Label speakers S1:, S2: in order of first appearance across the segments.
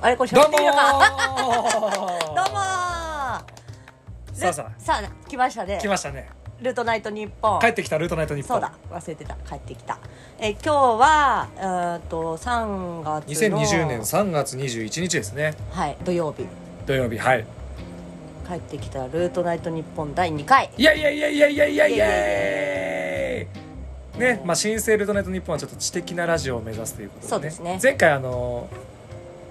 S1: あれこれ
S2: どう
S1: 喋っ
S2: も
S1: ていいのか
S2: ー
S1: どうもー
S2: さあさあ
S1: さあ来ましたね
S2: 来ましたね
S1: ルートナイト日本
S2: 帰ってきたルートナイト日本
S1: そうだ忘れてた帰ってきたえ今日はえーっと3月の
S2: 2020年3月21日ですね
S1: はい土曜日
S2: 土曜日はい
S1: 帰ってきたルートナイト日本第2回
S2: いやいやいやいやいやいや
S1: イ
S2: い
S1: エイイ
S2: やねまあ新生ルートナイト日本はちょっと知的なラジオを目指すということで、ね、
S1: そうですね
S2: 前回あの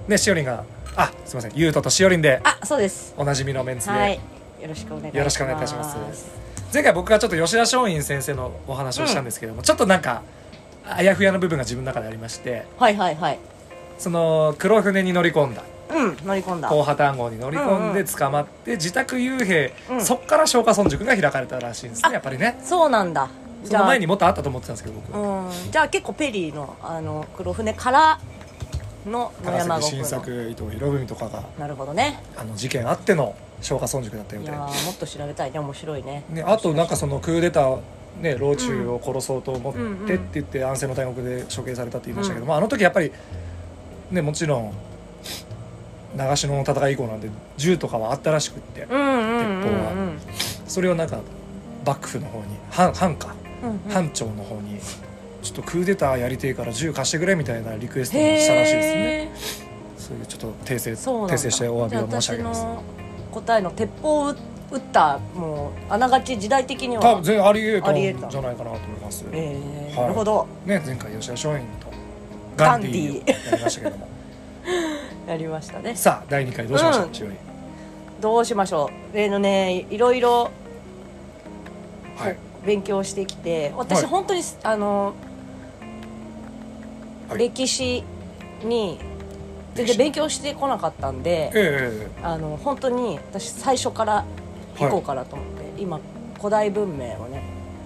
S2: ねしおりんがあすみませんゆうととしおりんで
S1: あそうです
S2: おなじみのメンツで、
S1: はいよろしくお願いします
S2: よろしくお願いいたします前回僕がちょっと吉田松陰先生のお話をしたんですけども、ちょっとなんかあやふやな部分が自分の中でありまして
S1: はいはいはい
S2: その黒船に乗り込んだ
S1: うん乗り込んだ
S2: 後破単号に乗り込ん
S1: う
S2: で
S1: ん
S2: 捕まって自宅幽閉、
S1: うん
S2: そっから松下村塾が開かれたらしいんですねやっぱりね
S1: そうなんだ
S2: その前にもっとあったと思ってたんですけど僕
S1: うん、じゃあ結構ペリーのあの黒船からの野山
S2: 高
S1: 国
S2: 崎
S1: の
S2: 晋作伊藤博文とかが
S1: なるほどね
S2: あの事件あっての松下村塾だったよう
S1: い
S2: で
S1: やーもっと調べたいね面白いね
S2: ね、あとなんかそのクーデター、ね、老中を殺そうと思ってって言って安政の大学で処刑されたって言いましたけど、
S1: うん
S2: まあ、あの時やっぱり、ね、もちろん長篠の戦い以降なんで銃とかはあったらしくって
S1: うんうんうん
S2: 鉄砲はそれをなんか幕府の方に藩藩か
S1: うんうん
S2: 藩庁の方にちょっとクーデターやりてえから銃貸してくれみたいなリクエストをしたらしいですね
S1: へえ
S2: そういうちょっと訂正
S1: そうなんだ
S2: 訂正してお詫びを申し上げま
S1: じ
S2: す
S1: ゃあ私の答えの鉄砲を撃ったもうあながち時代的に
S2: 多分
S1: は
S2: 全然ありえた
S1: あ
S2: ん
S1: り
S2: じ
S1: え
S2: ゃな
S1: た
S2: いかなと思います、
S1: ええ
S2: はい
S1: なるほど
S2: ね、前回吉田松陰とガ
S1: ガ
S2: ン
S1: ン
S2: デ
S1: デ
S2: ィ
S1: ィ
S2: ーやりましたけど も
S1: やりましたね
S2: さあ第2回どうしましょう、
S1: うん
S2: 千代に
S1: どうしましょう例のねいろいろ
S2: はい
S1: 勉強してきて私、
S2: はい
S1: 本当にすあの、
S2: はい
S1: 歴史に全然
S2: 歴史
S1: 勉強してこなかったんで
S2: ええ
S1: あの本当に私最初から行こうかなと思って、今古代文明をね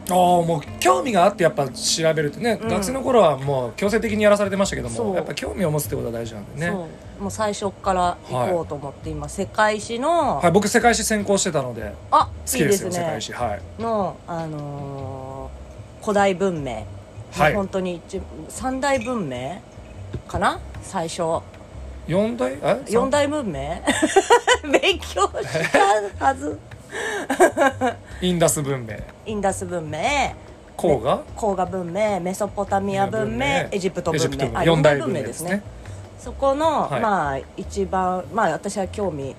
S2: ああもう興味があってやっぱ調べるってね、
S1: うん
S2: 学生の頃はもう強制的にやらされてましたけど
S1: そ
S2: も
S1: う
S2: やっぱ興味を持つってことは大事なんでね
S1: そうもう最初から行こうと思って、今世界史の、
S2: はい僕世界史専攻してたので
S1: あ
S2: 好
S1: い
S2: き
S1: い
S2: で
S1: ですす
S2: よ世
S1: ね
S2: 界史はい
S1: の、あのー古代文明、
S2: はい
S1: 本当に一三大文明かな最初
S2: 4大え
S1: 四大文明 勉強したはず
S2: インダス文明
S1: インダス文明
S2: 黄河
S1: 黄河文明メソポタミア文明エジプト文明あ
S2: 4大
S1: 四
S2: 文明ですね
S1: そこの、
S2: はい
S1: まあ一番まあ私は興味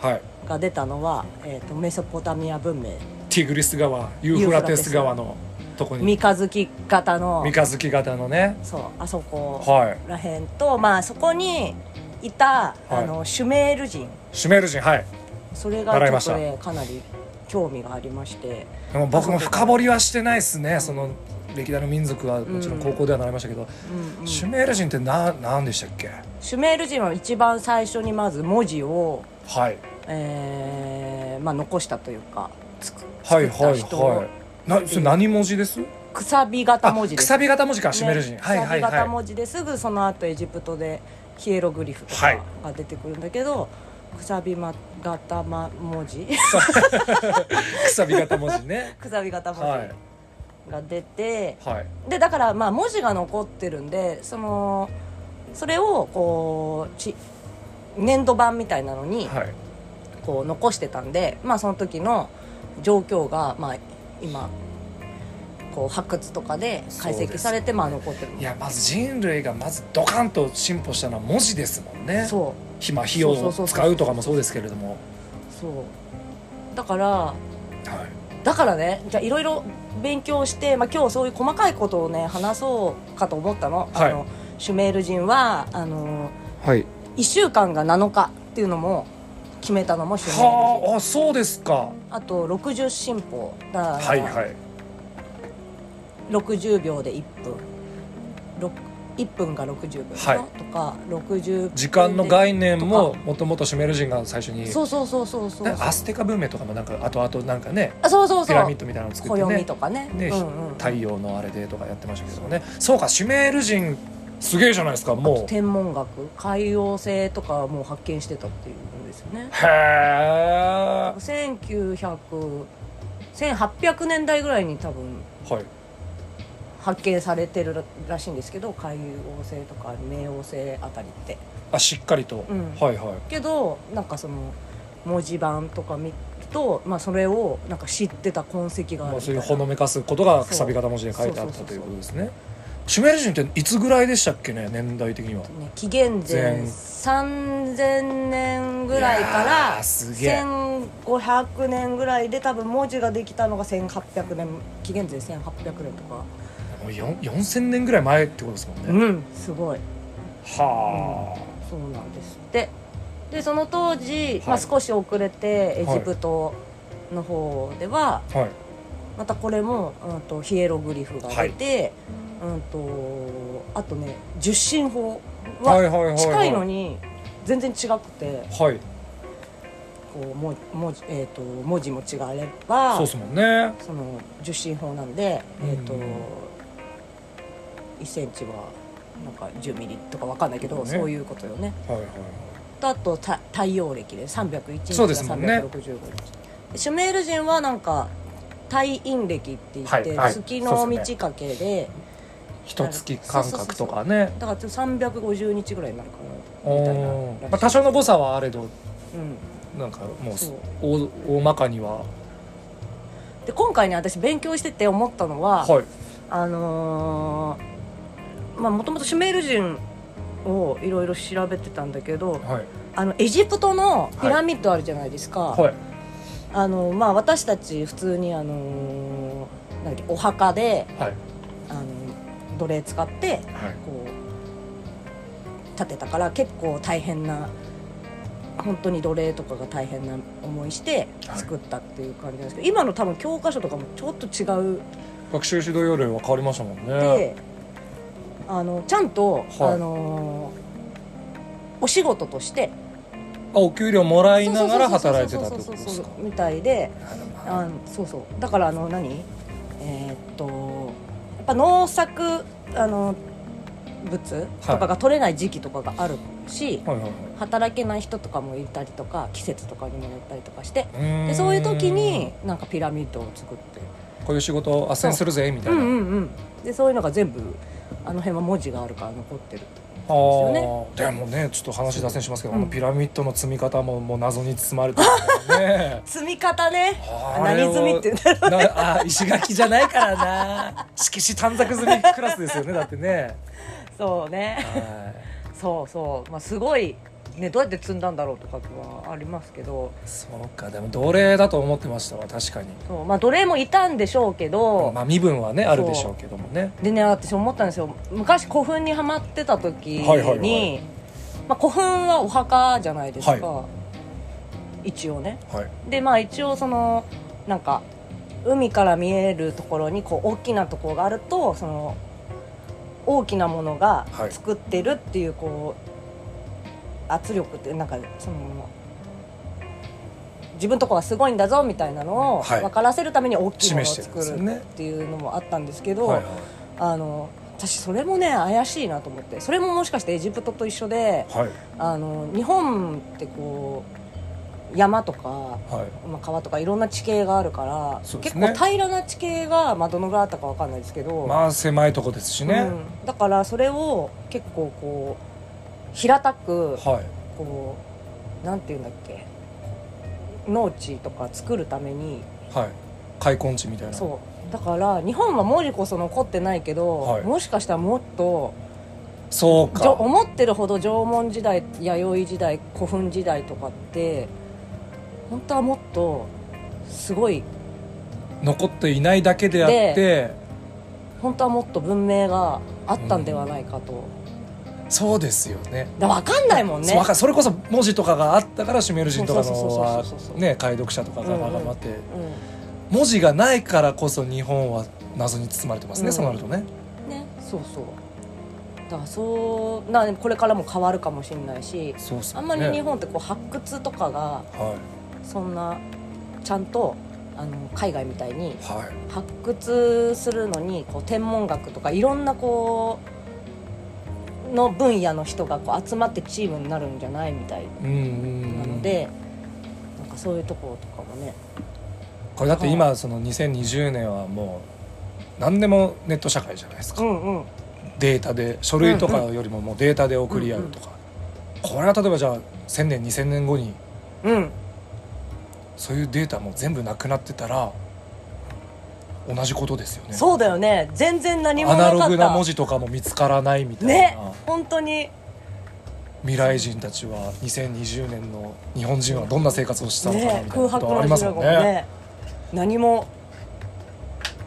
S2: はい
S1: が出たのは、えー、とメソポタミア文明
S2: ティグリス川ユーフラテス川のとこに
S1: 三日月型の
S2: 三日月型のね
S1: そうあそこ
S2: はい
S1: らへんと、まあそこにいた、
S2: はい
S1: あのシュメール人
S2: シュメール人はい
S1: それが
S2: 習い
S1: ちょ
S2: ま
S1: っ
S2: し
S1: と
S2: た
S1: ねかなり興味がありまして
S2: でも僕も深掘りはしてないですねその歴代の民族はもちろん高校では習いましたけど、
S1: うんうん
S2: シュメール人ってな何でしたっけ
S1: シュメール人は一番最初にまず文字を、
S2: はい
S1: えーまあ、残したというかつく
S2: はい
S1: 作
S2: は
S1: っ
S2: い
S1: た人の
S2: はいなそれ何文字です
S1: くさび型
S2: あ
S1: 文字です
S2: くさび型文字か、
S1: ね
S2: シュメール人はいはい
S1: くさび型
S2: は
S1: 文字ですぐその後エジプトでヒエログリフと
S2: は
S1: か
S2: い
S1: が出てくるんだけど、くさびま型ま文字
S2: いくさび型文字ね
S1: くさび型文
S2: はい
S1: 字が出て、
S2: はい
S1: でだからまあ文字が残ってるんでそのそれをこうち粘土板みたいなのに
S2: はい
S1: こう残してたんで、まあその時の状況がまあ今こう発掘とかで解
S2: そうで
S1: 析
S2: す
S1: されてまあ残ってる
S2: いやまず人類がまずドカンと進歩したのは文字ですもんね
S1: そう
S2: 火まあ火を使うとかもそうですけれども
S1: そうだから
S2: はい
S1: だからねじゃあいろいろ勉強して、まあ、今日そういう細かいことをね話そうかと思ったの,、
S2: はい
S1: あのシュメール人はあの
S2: はい
S1: 1週間が7日っていうのも決めたのもシュメール人
S2: はああそうですか
S1: あと60進歩だから、
S2: はいはい
S1: 60秒で1分ろく1分が60秒
S2: はい
S1: とか60
S2: 時間の概
S1: 念
S2: 念ももともとシュメール人が最初に
S1: そうそうそうそうそう
S2: なんかアステカ文明とかもなんかあとあとなんかね
S1: あそうそう
S2: ピ
S1: そ
S2: ラミ
S1: う
S2: ッドみたいなの作って
S1: 暦
S2: ね
S1: とかね
S2: で、
S1: うんうん、
S2: 太陽のあれでとかやってましたけどねそうかシュメール人すげえじゃないですかもうへ
S1: 天文学海洋性とかもう発見してたっていうんですよね
S2: え
S1: 1900 1800年代ぐらいに多分
S2: はい
S1: 発見されてるらしいんですけど海洋性とか冥王星あたりって
S2: あしっかりと、
S1: うん
S2: はいはい
S1: けどなんかその文字盤とか見ると、まあ、それをなんか知ってた痕跡がある
S2: まあ、
S1: み
S2: そ
S1: た
S2: う
S1: い
S2: いう
S1: な
S2: ほのめかすことがくさび型文字で書いてあった
S1: そう
S2: と
S1: そうそうそう
S2: いうことですねシュメール人っていつぐらいでしたっけね年代的には
S1: ね、紀元前
S2: 前
S1: 3000年ぐらいか
S2: いやー
S1: ら
S2: すげえ
S1: 1500年ぐらいで多分文字ができたのが1800年紀元前1800年とか
S2: もう4 4000年ぐらい前ってことですもんね、
S1: うんすごい
S2: はあ、
S1: そうなんですってでその当時、まあ、少し遅れてエジプトの方では、
S2: はい
S1: またこれも、うん、とヒエログリフが出て、うん、とあとね十進法
S2: はいはいはいは
S1: はい近いのに全然違くて
S2: はい
S1: こうも文字,、えー、と文字も違えば
S2: そうですもんね
S1: その十進法なんで、えーと
S2: うん
S1: 1センチはなんか10ミリとかわかんないけど、
S2: そうね
S1: そういうことよね。
S2: はいはい
S1: とあとた太陽暦で301日
S2: そう
S1: が
S2: ですもんね
S1: 365日、シュメール人はなんか太陰暦って言って、
S2: はいはい
S1: 月
S2: そ
S1: の
S2: うで
S1: 満
S2: すね
S1: ち欠けで
S2: 一月間隔とかね
S1: だからちょっと350日ぐらいになるかなみたいな
S2: おーまあ、多少の誤差はあれど
S1: うん、
S2: なんかもう
S1: そう
S2: 大大まかには
S1: で今回ね私勉強してて思ったのは、
S2: はい
S1: あのーまあもともとシュメール人をいろいろ調べてたんだけど
S2: はい
S1: あのエジプトのピラミッドあるじゃないですか、
S2: はい
S1: あのまあ、私たち普通に、あのーなんだっけお墓で、
S2: はい
S1: あの奴隷使って
S2: はい
S1: こう建てたから結構大変な本当に奴隷とかが大変な思いして
S2: はい
S1: 作ったっていう感じなんですけど、今の多分教科書とかもちょっと違う
S2: 学習指導要領は変わりましたもんね
S1: で、あのちゃんと、
S2: はい
S1: あのーお仕事として
S2: あお給料もらいながら働いてたってこと
S1: そう
S2: で
S1: そうそう
S2: す
S1: そう
S2: か
S1: そうみたいで。
S2: は
S1: あそうそうだからあの何えーっとやっぱ農作あの物とかが取れない時期とかがあるし、
S2: いはいはい
S1: 働けない人とかもいたりとか季節とかにもよったりとかして
S2: うーん
S1: でそういう時になんかピラミッドを作って
S2: こういう仕事を斡旋するぜみた
S1: う
S2: い
S1: ん
S2: な、
S1: う
S2: あ
S1: んうんでそういうのが全部あの辺は文字があるから残ってる
S2: あ
S1: ん
S2: ーでもねちょっと話脱線しますけど、あのピラミッドの積み方ももう謎に包まれてるから ね
S1: 積み方ね
S2: あれを
S1: 何積みって言うんだろう
S2: なあ石垣じゃないからな色紙短冊積みクラスですよねだってね
S1: そうね
S2: は
S1: そうそう、まあ、すごい、ね、どうやって積んだんだろうとかはありますけど
S2: いそうかでも奴隷だと思ってましたわ確かに
S1: そうまあ奴隷もいたんでしょうけど、
S2: まあ身分はねあるでしょうけどもね
S1: でね私思ったんですよ昔古墳にはまってた時に、
S2: はいはいはい
S1: まあ、古墳はお墓じゃないですか、
S2: は
S1: 一応ね
S2: はい
S1: でまあ一応そのなんか海から見えるところにこう大きなところがあるとその大きなものが
S2: はい
S1: 作ってるっていうこう圧力ってなんかその自分とこがすごいんだぞみたいなのを
S2: はい
S1: 分からせるために大きいものを
S2: 示してるん
S1: 作
S2: ですよね
S1: るっていうのもあったんですけど、
S2: はいはい
S1: あの私それもね怪しいなと思ってそれももしかしてエジプトと一緒で
S2: はい
S1: あの日本ってこう山とか
S2: はい
S1: まあ、川とかいろんな地形があるから、
S2: そうです
S1: 結
S2: ね
S1: 構平らな地形が、まあ、どのぐらいあったかわかんないですけど、
S2: まあ狭いとこですしね、
S1: うん、だからそれを結構こう平たく
S2: はい
S1: こうなんていうんだっけ農地とか作るために
S2: はい開墾地みたいな
S1: そうだから日本は文字こそ残ってないけど、
S2: はい
S1: もしかしたらもっと
S2: そう
S1: じょ
S2: か
S1: 思ってるほど縄文時代弥生時代古墳時代とかって本当はもっとすごい
S2: 残っていないだけであって
S1: 本当はもっと文明があったんではないかと、
S2: そうですよね
S1: だから分かんないもん
S2: そう
S1: ね
S2: わかそれこそ文字とかがあったからシュメール人とか
S1: そうそうそう
S2: の
S1: そうそうそう
S2: ね解読者とかが
S1: うんうん
S2: 頑張って、
S1: う
S2: 文字がないからこそ日本は謎に包まれてますね、
S1: うん
S2: そうなるとね
S1: んねそうそうだからそうなこれからも変わるかもしれないし
S2: そうっす
S1: あ
S2: よ
S1: ん
S2: ね
S1: まり日本ってこう発掘とかが
S2: は
S1: そんなちゃんとあの海外みたいに
S2: いはい
S1: 発掘するのにこう天文学とかいろんなこうの分野の人がこう集まってチームになるんじゃないみたい
S2: うんうんうん
S1: なので、なんかそういうところとかもね
S2: これだって今その2020年はもう何でもネット社会じゃないですか、
S1: んうん
S2: データで書類とかよりももうデータで送り合うとか、これは例えばじゃあ1,000年2,000年後に
S1: うん
S2: そういうデータも全部なくなってたら同じことですよね
S1: そうだよね全然何も
S2: ア
S1: なか
S2: ナ
S1: った
S2: ログな文字とかも見つからないみたいな、
S1: ね本当に
S2: 未来人たちは2020年の日本人はどんな生活をしてたのかな
S1: ね
S2: みたい
S1: 空
S2: なこ
S1: 白
S2: とあ
S1: の
S2: り
S1: 時
S2: ます
S1: 間
S2: も
S1: も
S2: ん
S1: ね
S2: ね
S1: 何も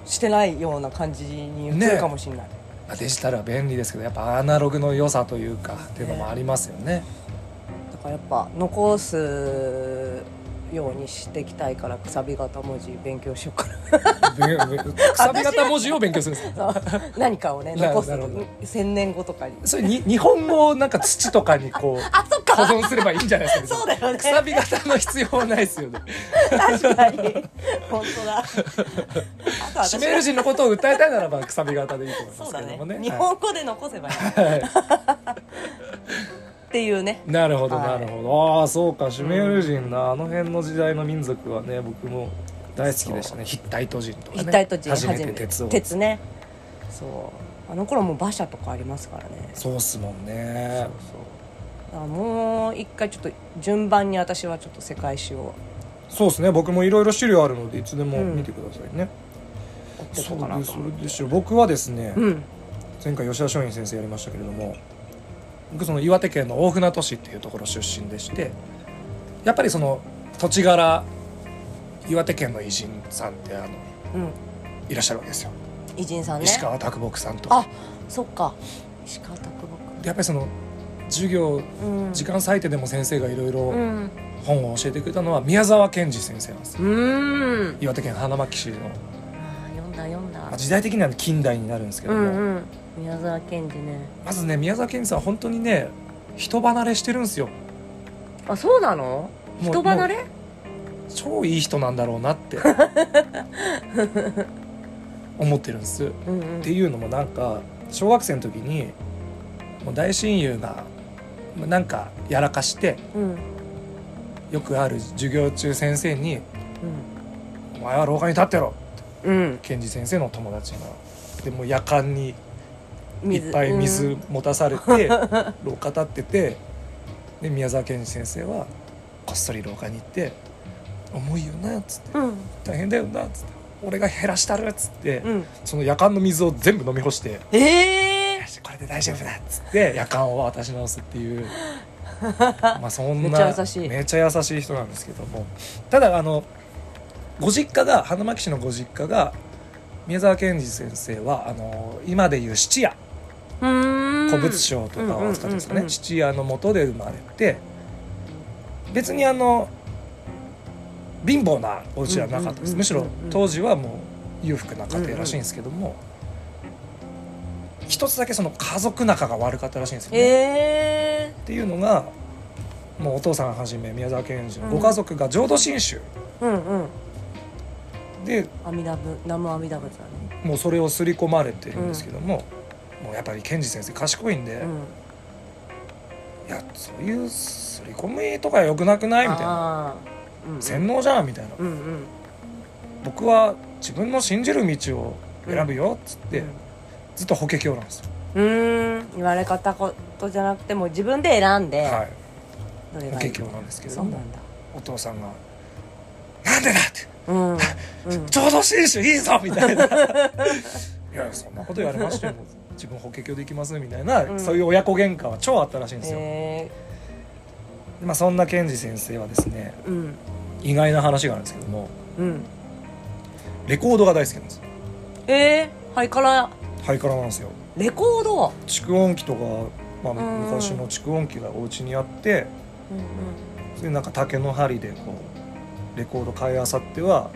S1: してないような感じに映るかもしれない、
S2: まあデジタルは便利ですけどやっぱアナログの良さというかっていうのもありますよ ね
S1: だからやっぱ残すようにしていきたいからくさび型文字勉強しようかな
S2: べべくさび型文字を勉強するんですか
S1: 何かをね
S2: な
S1: 残す
S2: なるほど
S1: 1000年後とかに
S2: それに日本語をなんか土とかにこう
S1: あそっか
S2: 保存すればいいんじゃないですか
S1: そうだよね
S2: くさび型の必要はないですよね
S1: 確かに本当 だあと私
S2: シュメール人のことを訴えたいならばくさび型でいいと思いま
S1: そう
S2: す
S1: だ
S2: け
S1: ね
S2: どもね
S1: 日
S2: は
S1: 本語で残せばいいっ
S2: いはい
S1: ていうね
S2: なるほど
S1: は
S2: ないるほどああそうかシュメール人なあの辺の時代の民族はね僕も大好きでしたねヒッタイト人とかね
S1: 一体と人
S2: 初めて
S1: 初
S2: 鉄を
S1: 鉄ねそうあの頃もう馬車とかありますからね
S2: そうっすもんね
S1: だからもう一回ちょっと順番に私はちょっと世界史を
S2: そうっすね僕もいろいろ資料あるのでいつでも見てくださいね、
S1: 追ってい
S2: そ
S1: こ
S2: う
S1: うかな
S2: です
S1: と
S2: それでしょ僕はですね、
S1: うん
S2: 前回吉田松陰先生やりましたけれども僕その岩手県の大船渡市っていうところ出身でしてやっぱりその土地柄岩手県の偉人さんってあの
S1: うん
S2: いらっしゃるわけですよ、
S1: 偉人さんね
S2: 石川啄木さんとか
S1: あそっか石川啄木
S2: やっぱりその授業
S1: うん
S2: 時間割いてでも先生がいろいうろ
S1: ん
S2: 本を教えてくれたのは宮沢賢治先生なんですよ
S1: うーん
S2: 岩手県花巻市の
S1: あー読んだ読んだ
S2: まあ時代的には近代になるんですけ
S1: う
S2: ども、
S1: んうん宮沢賢治ね
S2: まずね宮沢賢治さんは本当にね人離れしてるんですよ
S1: あそうなの
S2: もう
S1: 人離れ
S2: 超いい人なんだろうなって 思ってるんですっ
S1: うんうん
S2: ていうのもなんか小学生の時にもう大親友がまあなんかやらかして
S1: うん
S2: よくある授業中先生に「お前は廊下に立ってろ」
S1: うん
S2: 賢治先生の友達がでもう夜間に
S1: うん
S2: いっぱい
S1: うん
S2: 水持たされて、 廊下立っててで宮沢賢治先生はこっそり廊下に行って「重いよな」っつって
S1: うん
S2: 「大変だよな」っつって「俺が減らしたる」っつって、
S1: うん
S2: その夜間の水を全部飲み干して
S1: え
S2: 「よ
S1: え
S2: しこれで大丈夫だ」っつって夜間を渡し直すっ ていうまあそんな
S1: めっちゃ優しい
S2: めっちゃ優しい人なんですけどもただあのご実家が花巻市のご実家が宮沢賢治先生はあの今でいう質屋
S1: うーん
S2: 古物商とかを扱ってるんですか
S1: うんうんうんう
S2: ね
S1: ん
S2: 質屋の元で生まれて別にあの貧乏なお家ではなかったで
S1: うんうんうんう
S2: す
S1: ん
S2: むしろ当時はもう裕福な家庭らしいんですけども一つだけその家族仲が悪かったらしいんですよね。
S1: え
S2: っていうのがもうお父さんはじめ宮沢賢治のご家族が浄土真宗
S1: えうんうん
S2: で
S1: 阿弥陀仏南無阿弥陀仏だね
S2: もうそれを刷り込まれてるんですけどももうやっぱり賢治先生賢いんで
S1: うん
S2: いやそういう刷り込みとかよくなくないみたいな。
S1: あーうん
S2: 洗脳じゃんみたいな
S1: うんうん
S2: 僕は自分の信じる道を選ぶよっつって、ずっと法華経なんですよ、
S1: うんうーん言われ方ことじゃなくても自分で選んで
S2: はい
S1: どれが
S2: 法
S1: い
S2: 華
S1: い
S2: 経なんですけれ
S1: そ
S2: ど
S1: う
S2: も
S1: なんだ
S2: お父さんが「なんでだ!」って
S1: うんうん
S2: 「浄土真宗いいぞ!」み たいな「いやそんなこと言われましても自分法華経できます」みたいな、
S1: うん
S2: そういう親子喧嘩は超あったらしいんですよ、
S1: え
S2: まあ、そんな賢治先生はですね
S1: ーうん
S2: 意外な話があるんですけども
S1: うん
S2: レコードが大好きなんですよ
S1: えーハイカラ
S2: ハイカラなんですよ
S1: レコード
S2: 蓄音機とか、まあ、
S1: うん
S2: 昔の蓄音機がお家にあって、
S1: うんうん
S2: それでなんか竹の針でこうレコード買いあさっては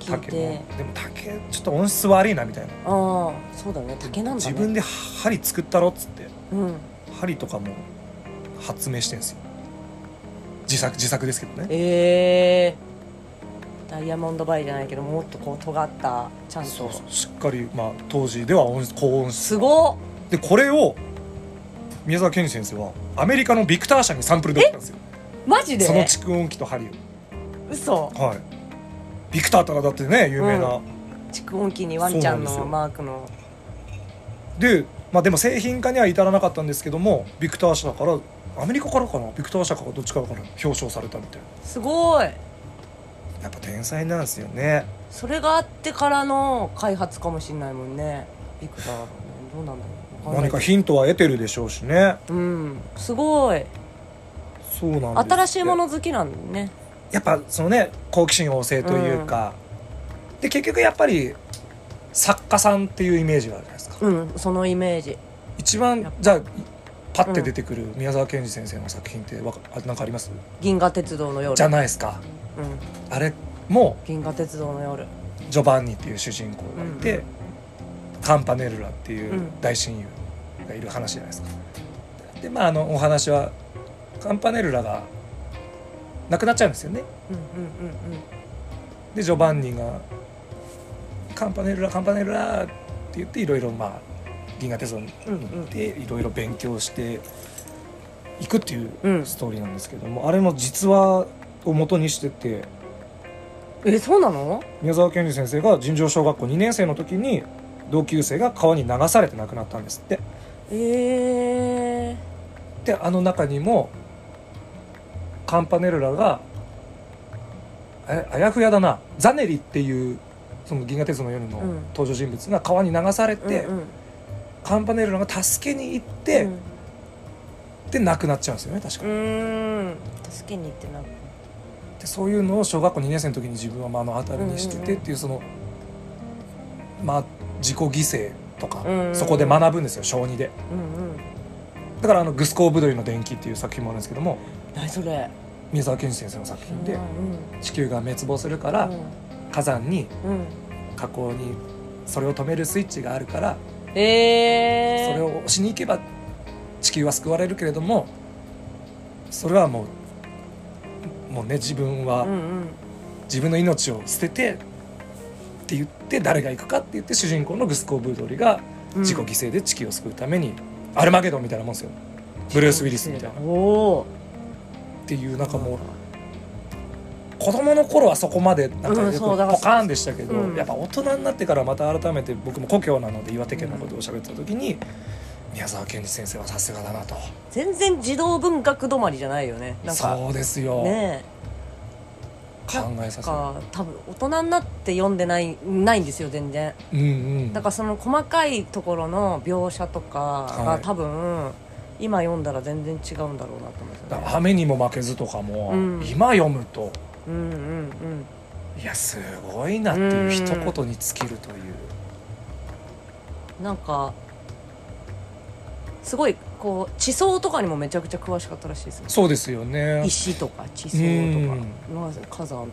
S1: 聞い
S2: 竹
S1: て
S2: もでも竹ちょっと音質悪いなみたいな
S1: ああそうだね竹なんだ
S2: 自
S1: ね
S2: 分で針作ったろっつって
S1: うん
S2: 針とかも発明してんですよ自作自作ですけどね
S1: えーダイヤモンドバイじゃないけどもっとこう尖ったちゃんと
S2: そうそうしっかり、まあ、当時では音質高音質
S1: すごっ
S2: でこれを宮沢賢治先生はアメリカのビクター社にサンプルで送ったんですよ
S1: マジで
S2: その蓄音機と針
S1: 嘘
S2: をはいビクターとかだってね有名な、
S1: う蓄音機にワンちゃんの
S2: そうなんですよ
S1: マークの
S2: で、まあ、でも製品化には至らなかったんですけどもビクター社からアメリカからかなビクター社かどっちかから表彰されたみたい
S1: すごい
S2: なやっぱ天才なんですよね
S1: それがあってからの開発かもしれないもんねビクターはねどうなんだろうわんな
S2: 何
S1: い
S2: かヒントは得てるでしょうしね
S1: うんすごい
S2: そうなんですって
S1: 新しいもの好きなんだね
S2: やっぱそのね好奇心旺盛というか、で結局やっぱり作家さんっていうイメージがあるじゃないですか、
S1: うんそのイメージ
S2: 一
S1: やっ
S2: 番じゃあパッて出てくる宮沢賢治先生の作品ってわかあなんかあります
S1: 銀河鉄道の夜
S2: じゃないですか
S1: うん、
S2: あれも
S1: 銀河鉄道の夜
S2: ジョバンニっていう主人公がいて、
S1: うん
S2: カンパネルラっていう大親友がいる話じゃないですか。でまああのお話はカンパネルラが亡くなっちゃうんですよね。
S1: うんうんうんうん
S2: でジョバンニが「カンパネルラカンパネルラ」って言っていろいろまあ銀河鉄道に行っていろいろ勉強していくっていう
S1: うん
S2: ストーリーなんですけども、あれの実話を元にしてて。
S1: えそうなの
S2: 宮沢賢治先生が尋常小学校2年生の時に同級生が川に流されて亡くなったんですって
S1: ええ
S2: であの中にもカンパネルラがえあやふやだなザネリっていうその「銀河鉄道の夜」の
S1: うん
S2: 登場人物が川に流されて、
S1: うんうん
S2: カンパネルラが助けに行って、
S1: うん
S2: で亡くなっちゃうんですよね確か
S1: うーん助けに行ってなんか
S2: でそういうのを小学校2年生の時に自分は目の当たりにしてて
S1: うんうんうん
S2: っていうそのまあ自己犠牲とか、
S1: うんうん
S2: そこで学ぶんですよ小2で。
S1: うんうん
S2: だからあの「グスコーブドリの伝記」っていう作品もあるんですけども
S1: 何それ
S2: 宮沢賢治先生の作品で
S1: うん
S2: 地球が滅亡するか
S1: う
S2: ら
S1: ん
S2: 火山に
S1: うん
S2: 火口にそれを止めるスイッチがあるからそ
S1: ええ
S2: れを押しに行けば地球は救われるけれどもそれはもうもうね自分
S1: うんう
S2: は
S1: ん
S2: 自分の命を捨ててって言って誰が行くかって言って主人公のグスコーブドリが
S1: うん
S2: 自己犠牲で地球を救うためにアルマゲドンみたいなもんですよブルース・ウィリスみたいなっ
S1: おお
S2: ていうなんかもう子供の頃はそこまでなんか
S1: う
S2: よ
S1: ん
S2: く
S1: そう
S2: ポ
S1: だから
S2: カーンでしたけど、
S1: うん
S2: やっぱ大人になってからまた改めて僕も故郷なので岩手県のことを喋った時に、宮沢賢治先生はさすがだなと
S1: 全然児童文学止まりじゃないよねなんか
S2: そうですよ、
S1: ね
S2: 考え
S1: え
S2: させる
S1: か多分大人になって読んでないないんですよ全然
S2: うんうん
S1: だからその細かいところの描写とか
S2: は
S1: が
S2: い
S1: 多分、今読んだら全然違うんだろうなと思うんです
S2: だ
S1: よ
S2: か
S1: ね
S2: ら雨にも負けず」とかも、
S1: うん
S2: 今読むと
S1: うんうんうん
S2: いやすごいなっていう一言に尽きるという、
S1: なんかすごいこう地層とかにもめちゃくちゃ詳しかったらしいですよ
S2: そうですよね
S1: 石とか地層とか、まあ、火山とかも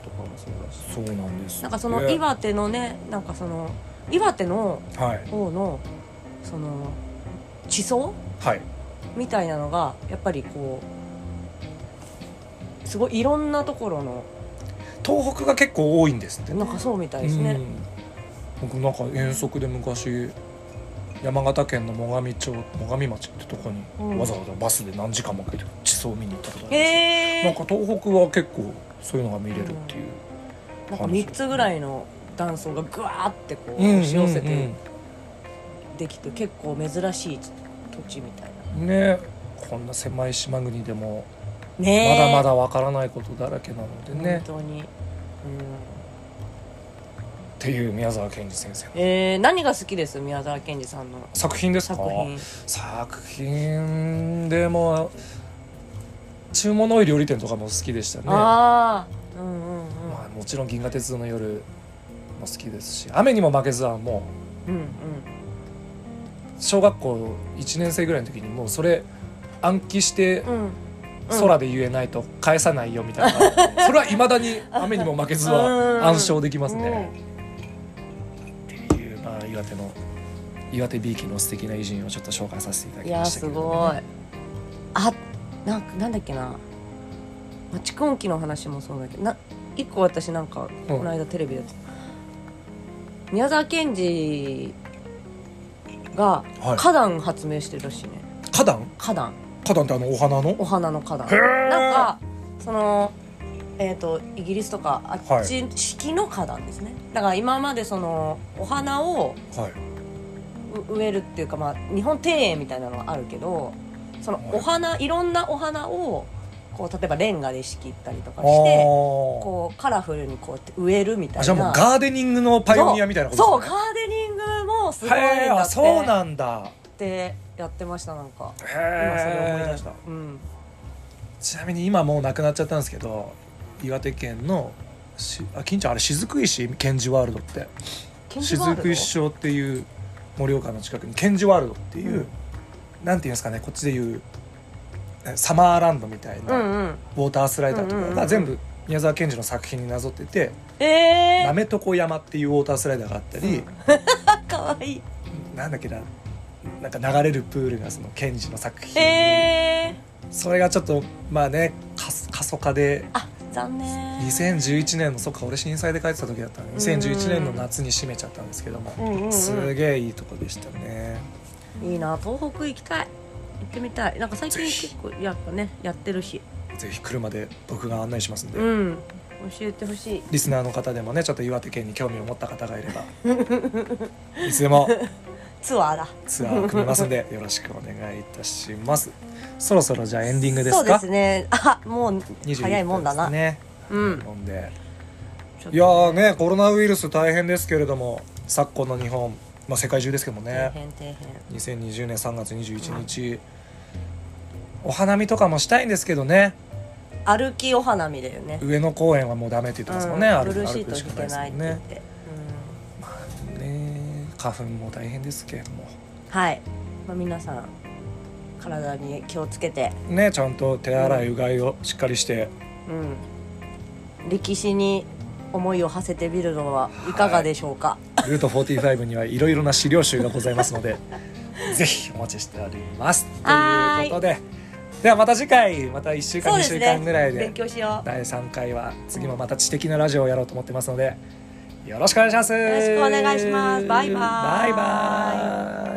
S1: そうだし
S2: そうなんです
S1: なんかその
S2: ね
S1: 岩手のねなんかその岩手の
S2: はい
S1: 方のその地層
S2: はい
S1: みたいなのがやっぱりこうすごいいろんなところの
S2: 東北が結構多いんですってね
S1: なんかそうみたいですね。
S2: うん、僕なんか遠足で昔山形県の最上町最上町ってとこに、
S1: うん
S2: わざわざバスで何時間もかけて地層を見に行ったことあります、
S1: へ
S2: なん
S1: え
S2: か東北は結構そういうのが見れるっていう、
S1: なんか3つぐらいの断層がぐわーってこう
S2: うん
S1: 押し寄せ
S2: う
S1: て
S2: ん
S1: できて結構珍しい土地みたいな
S2: うんねこんな狭い島国でもま
S1: ねえ
S2: だまだわからないことだらけなのでね
S1: 本、当に、うん、
S2: っていう宮沢賢治先生の
S1: えー、何が好きです宮沢賢治さんの
S2: 作品ですか
S1: 作品
S2: 作品でも注文の多い料理店とかも好きでしたね
S1: ああうんうんうん、
S2: まあ、もちろん「銀河鉄道の夜」も好きですし「雨にも負けず」はも
S1: うんうん
S2: う小学校1年生ぐらいの時にもうそれ暗記して
S1: うんうん
S2: 空で言えないと返さないよみたい な、それはいまだに「雨にも負けず」は暗唱できますね。っていう、まあ、岩手の岩手 B 級の素敵な偉人をちょっと紹介させていただ
S1: い
S2: き
S1: や
S2: ま
S1: ー
S2: した
S1: す
S2: けれど
S1: ご
S2: も
S1: いあなんかなんだっけなマチコンキの話もそうだけどな一個私なんか
S2: うん
S1: この間テレビで、宮沢賢治が
S2: はい
S1: 花壇発明してるらしいね
S2: 花壇
S1: 花壇
S2: 花壇ってあのお花の
S1: お花の花壇
S2: ー
S1: なんかそのえー、とイギリスとかあ
S2: は
S1: っち式の花壇ですね、だから今までそのお花を
S2: はい、
S1: 植えるっていうか、まあ、日本庭園みたいなのはあるけどそのお花いろんなお花をこう例えばレンガで仕切ったりとか
S2: あ
S1: して
S2: ー
S1: こうカラフルにこうやって植えるみたいな
S2: あじゃあもうガーデニングのパイオニアみたいなこと
S1: そう
S2: で
S1: そ
S2: す
S1: う
S2: ね
S1: ガーデニングもすごいん
S2: へー
S1: だ
S2: あ
S1: って
S2: そうなんだ
S1: ってやってましたなんか今それ思い
S2: へ
S1: 出した
S2: え、
S1: うん、
S2: ちなみに今もうなくなっちゃったんですけど岩手県のしあ金ちゃんあれ雫石ケンジワールドって
S1: 建築ワールド
S2: 雫石町っていう盛岡の近くにケンジワールドっていう、
S1: うん
S2: なんていうんですかねこっちでいうえサマーランドみたいうな、
S1: ん
S2: ウ
S1: うん
S2: ォータースライダーと
S1: うんうんう
S2: か
S1: ん
S2: が全部宮沢賢治の作品になぞってて「
S1: え
S2: な
S1: ー、
S2: めとこ山」っていうウォータースライダーがあったり、
S1: かわいい
S2: なんだっけななんか流れるプールがその賢治の作品、
S1: えー、
S2: それがちょっとまあね過疎過疎化で
S1: あ残念
S2: 2011年のそっか俺震災で帰ってた時だったので2011年の夏に閉めちゃったんですけども、
S1: うんうんうん
S2: すげえいいとこでしたね
S1: いいな東北行きたい行ってみたいなんか最近結構やっぱねやってるし
S2: ぜひ車で僕が案内しますんで、
S1: うん教えてほしい
S2: リスナーの方でもねちょっと岩手県に興味を持った方が いればいつでも
S1: ツアーだ
S2: ツアーを組みますんでよろしくお願いいたしますそろそろじゃあエンディングです
S1: そう
S2: か
S1: ですねあもう
S2: 21分
S1: 早いもんだな、
S2: ね
S1: うん
S2: 飲んで
S1: ちょっと
S2: いやーねコロナウイルス大変ですけれども昨今の日本、まあ、世界中ですけども
S1: 底
S2: ね
S1: 辺底辺
S2: 2020年3月21日、お花見とかもしたいんですけどね
S1: 歩きお花見だよね
S2: 上野公園はもうダメって言ってますもんね、
S1: うん
S2: 歩
S1: ブルーシ
S2: 歩
S1: ー
S2: く
S1: ト
S2: し
S1: 引
S2: かな
S1: け
S2: いです
S1: ない
S2: も
S1: っ
S2: ん
S1: て言っ
S2: ね
S1: て、
S2: ね花粉も大変ですけれども
S1: うん、はい、まあ、皆さん体に気をつけて
S2: ねちゃんと手洗いうがいをしっかりして、
S1: うん歴史に思いを馳せてみるのはいかがでしょうか、
S2: ルート45にはいろいろな資料集がございますの でぜひお待ちしておりますと
S1: はー
S2: いう
S1: い
S2: ことでではまた次回また1週間
S1: そう
S2: 2
S1: です
S2: 週
S1: ね
S2: 間ぐらいで
S1: 勉強しよう
S2: 第3回は次もまた知的なラジオをやろうと思ってますのでよろしくお願いしますよ
S1: ろしくお願いしますバイバイ
S2: バイバイ